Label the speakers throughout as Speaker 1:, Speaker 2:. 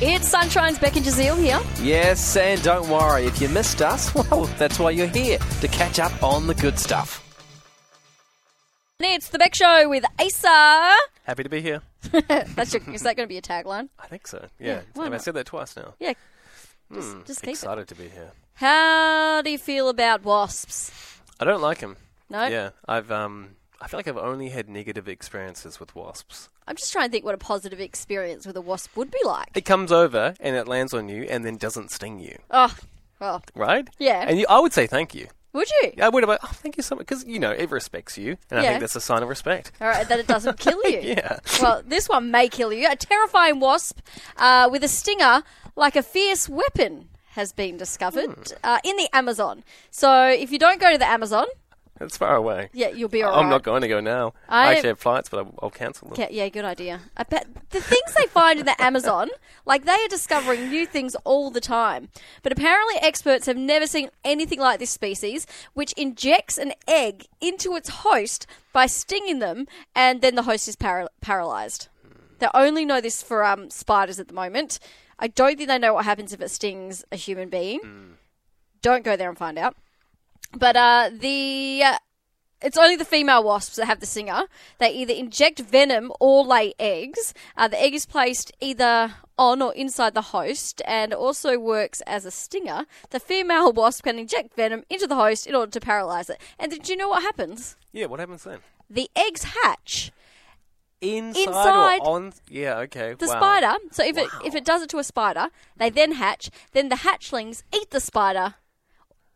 Speaker 1: It's Sunshine's Becky Jazeel here.
Speaker 2: Yes, and don't worry, if you missed us, well, that's why you're here, to catch up on the good stuff.
Speaker 1: And it's The Beck Show with Asa.
Speaker 2: Happy to be here.
Speaker 1: That's your, is that going to be a tagline?
Speaker 2: I think so.
Speaker 1: Yeah,
Speaker 2: Yeah.
Speaker 1: why
Speaker 2: Have I
Speaker 1: not?
Speaker 2: said that twice now?
Speaker 1: Yeah. Just, just keep it.
Speaker 2: Hmm, Excited to be here.
Speaker 1: How do you feel about wasps?
Speaker 2: I don't like him.
Speaker 1: No?
Speaker 2: Yeah. I've um I feel like I've only had negative experiences with wasps.
Speaker 1: I'm just trying to think what a positive experience with a wasp would be like.
Speaker 2: It comes over and it lands on you and then doesn't sting you,
Speaker 1: Oh, well,
Speaker 2: right?
Speaker 1: Yeah.
Speaker 2: And you, I would say thank you.
Speaker 1: would you?
Speaker 2: I would have oh, thank you so much because you know it respects you, and I
Speaker 1: Yeah.
Speaker 2: think that's a sign of respect.
Speaker 1: All right, that it doesn't kill you.
Speaker 2: Yeah.
Speaker 1: Well, this one may kill you. A terrifying wasp uh, with a stinger like a fierce weapon has been discovered
Speaker 2: Hmm.
Speaker 1: uh, in the Amazon. So if you don't go to the Amazon,
Speaker 2: It's far away.
Speaker 1: yeah, you'll be all
Speaker 2: I'm
Speaker 1: right.
Speaker 2: not going to go now.
Speaker 1: I-
Speaker 2: I actually have flights, but I'll, I'll cancel them.
Speaker 1: Yeah, yeah, good idea. I bet the things they find in the Amazon, like they are discovering new things all the time. But apparently, experts have never seen anything like this species, which injects an egg into its host by stinging them, and then the host is para- paralyzed. They only know this for um, spiders at the moment. I don't think they know what happens if it stings a human being. Don't go there and find out. But uh, the uh, it's only the female wasps that have the stinger. They either inject venom or lay eggs. Uh, the egg is placed either on or inside the host and also works as a stinger. The female wasp can inject venom into the host in order to paralyze it. And did you know what happens?
Speaker 2: Yeah, what happens then?
Speaker 1: The eggs hatch.
Speaker 2: Inside,
Speaker 1: Inside.
Speaker 2: or on? Yeah, okay.
Speaker 1: The
Speaker 2: wow.
Speaker 1: spider. So if it if it does it to a spider, they then hatch. Then the hatchlings eat the spider,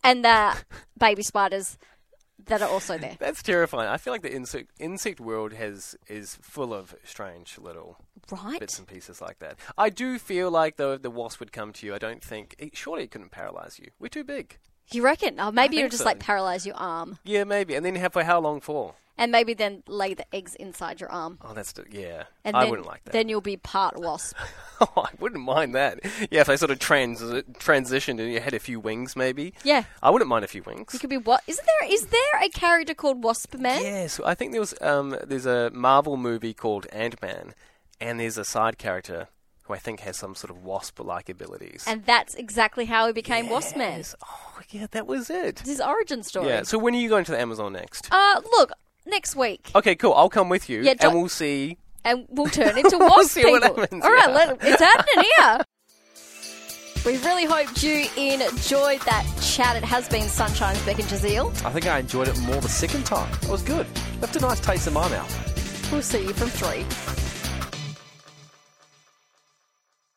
Speaker 1: and the baby spiders that are also there.
Speaker 2: That's terrifying. I feel like the insect insect world has is full of strange little
Speaker 1: Right?
Speaker 2: bits and pieces like that. I do feel like though the wasp would come to you. I don't think it, surely it couldn't paralyze you. We're too big.
Speaker 1: You reckon? Oh, maybe it'll
Speaker 2: think
Speaker 1: just
Speaker 2: so.
Speaker 1: like paralyze your arm.
Speaker 2: Yeah, maybe. And then have for how long for?
Speaker 1: and maybe then lay the eggs inside your arm.
Speaker 2: Oh, that's d- yeah.
Speaker 1: And
Speaker 2: I
Speaker 1: then,
Speaker 2: wouldn't like that.
Speaker 1: Then you'll be part wasp.
Speaker 2: oh, I wouldn't mind that. Yeah, if they sort of trans transitioned and you had a few wings, maybe.
Speaker 1: Yeah.
Speaker 2: I wouldn't mind a few wings.
Speaker 1: You could be what? Isn't there? Is there a character called Wasp Man?
Speaker 2: Yes, I think there was um, there's a Marvel movie called Ant Man, and there's a side character who I think has some sort of wasp-like abilities.
Speaker 1: And that's exactly how he became Wasp Man.
Speaker 2: Yes. Oh, yeah, that was it.
Speaker 1: It's his origin story.
Speaker 2: Yeah. So when are you going to the Amazon next?
Speaker 1: Uh, look, next week,
Speaker 2: Okay, cool. I'll come with you,
Speaker 1: Yeah, don't-
Speaker 2: and we'll see.
Speaker 1: and we'll turn into
Speaker 2: We'll
Speaker 1: wasp
Speaker 2: see what
Speaker 1: people.
Speaker 2: happens,
Speaker 1: All right,
Speaker 2: yeah.
Speaker 1: let, it's happening here. We really hoped you enjoyed that chat. It has been Sunshine's Beck and Jazeel.
Speaker 2: I think I enjoyed it more the second time. It was good. Left a nice taste in my mouth.
Speaker 1: We'll see you from three.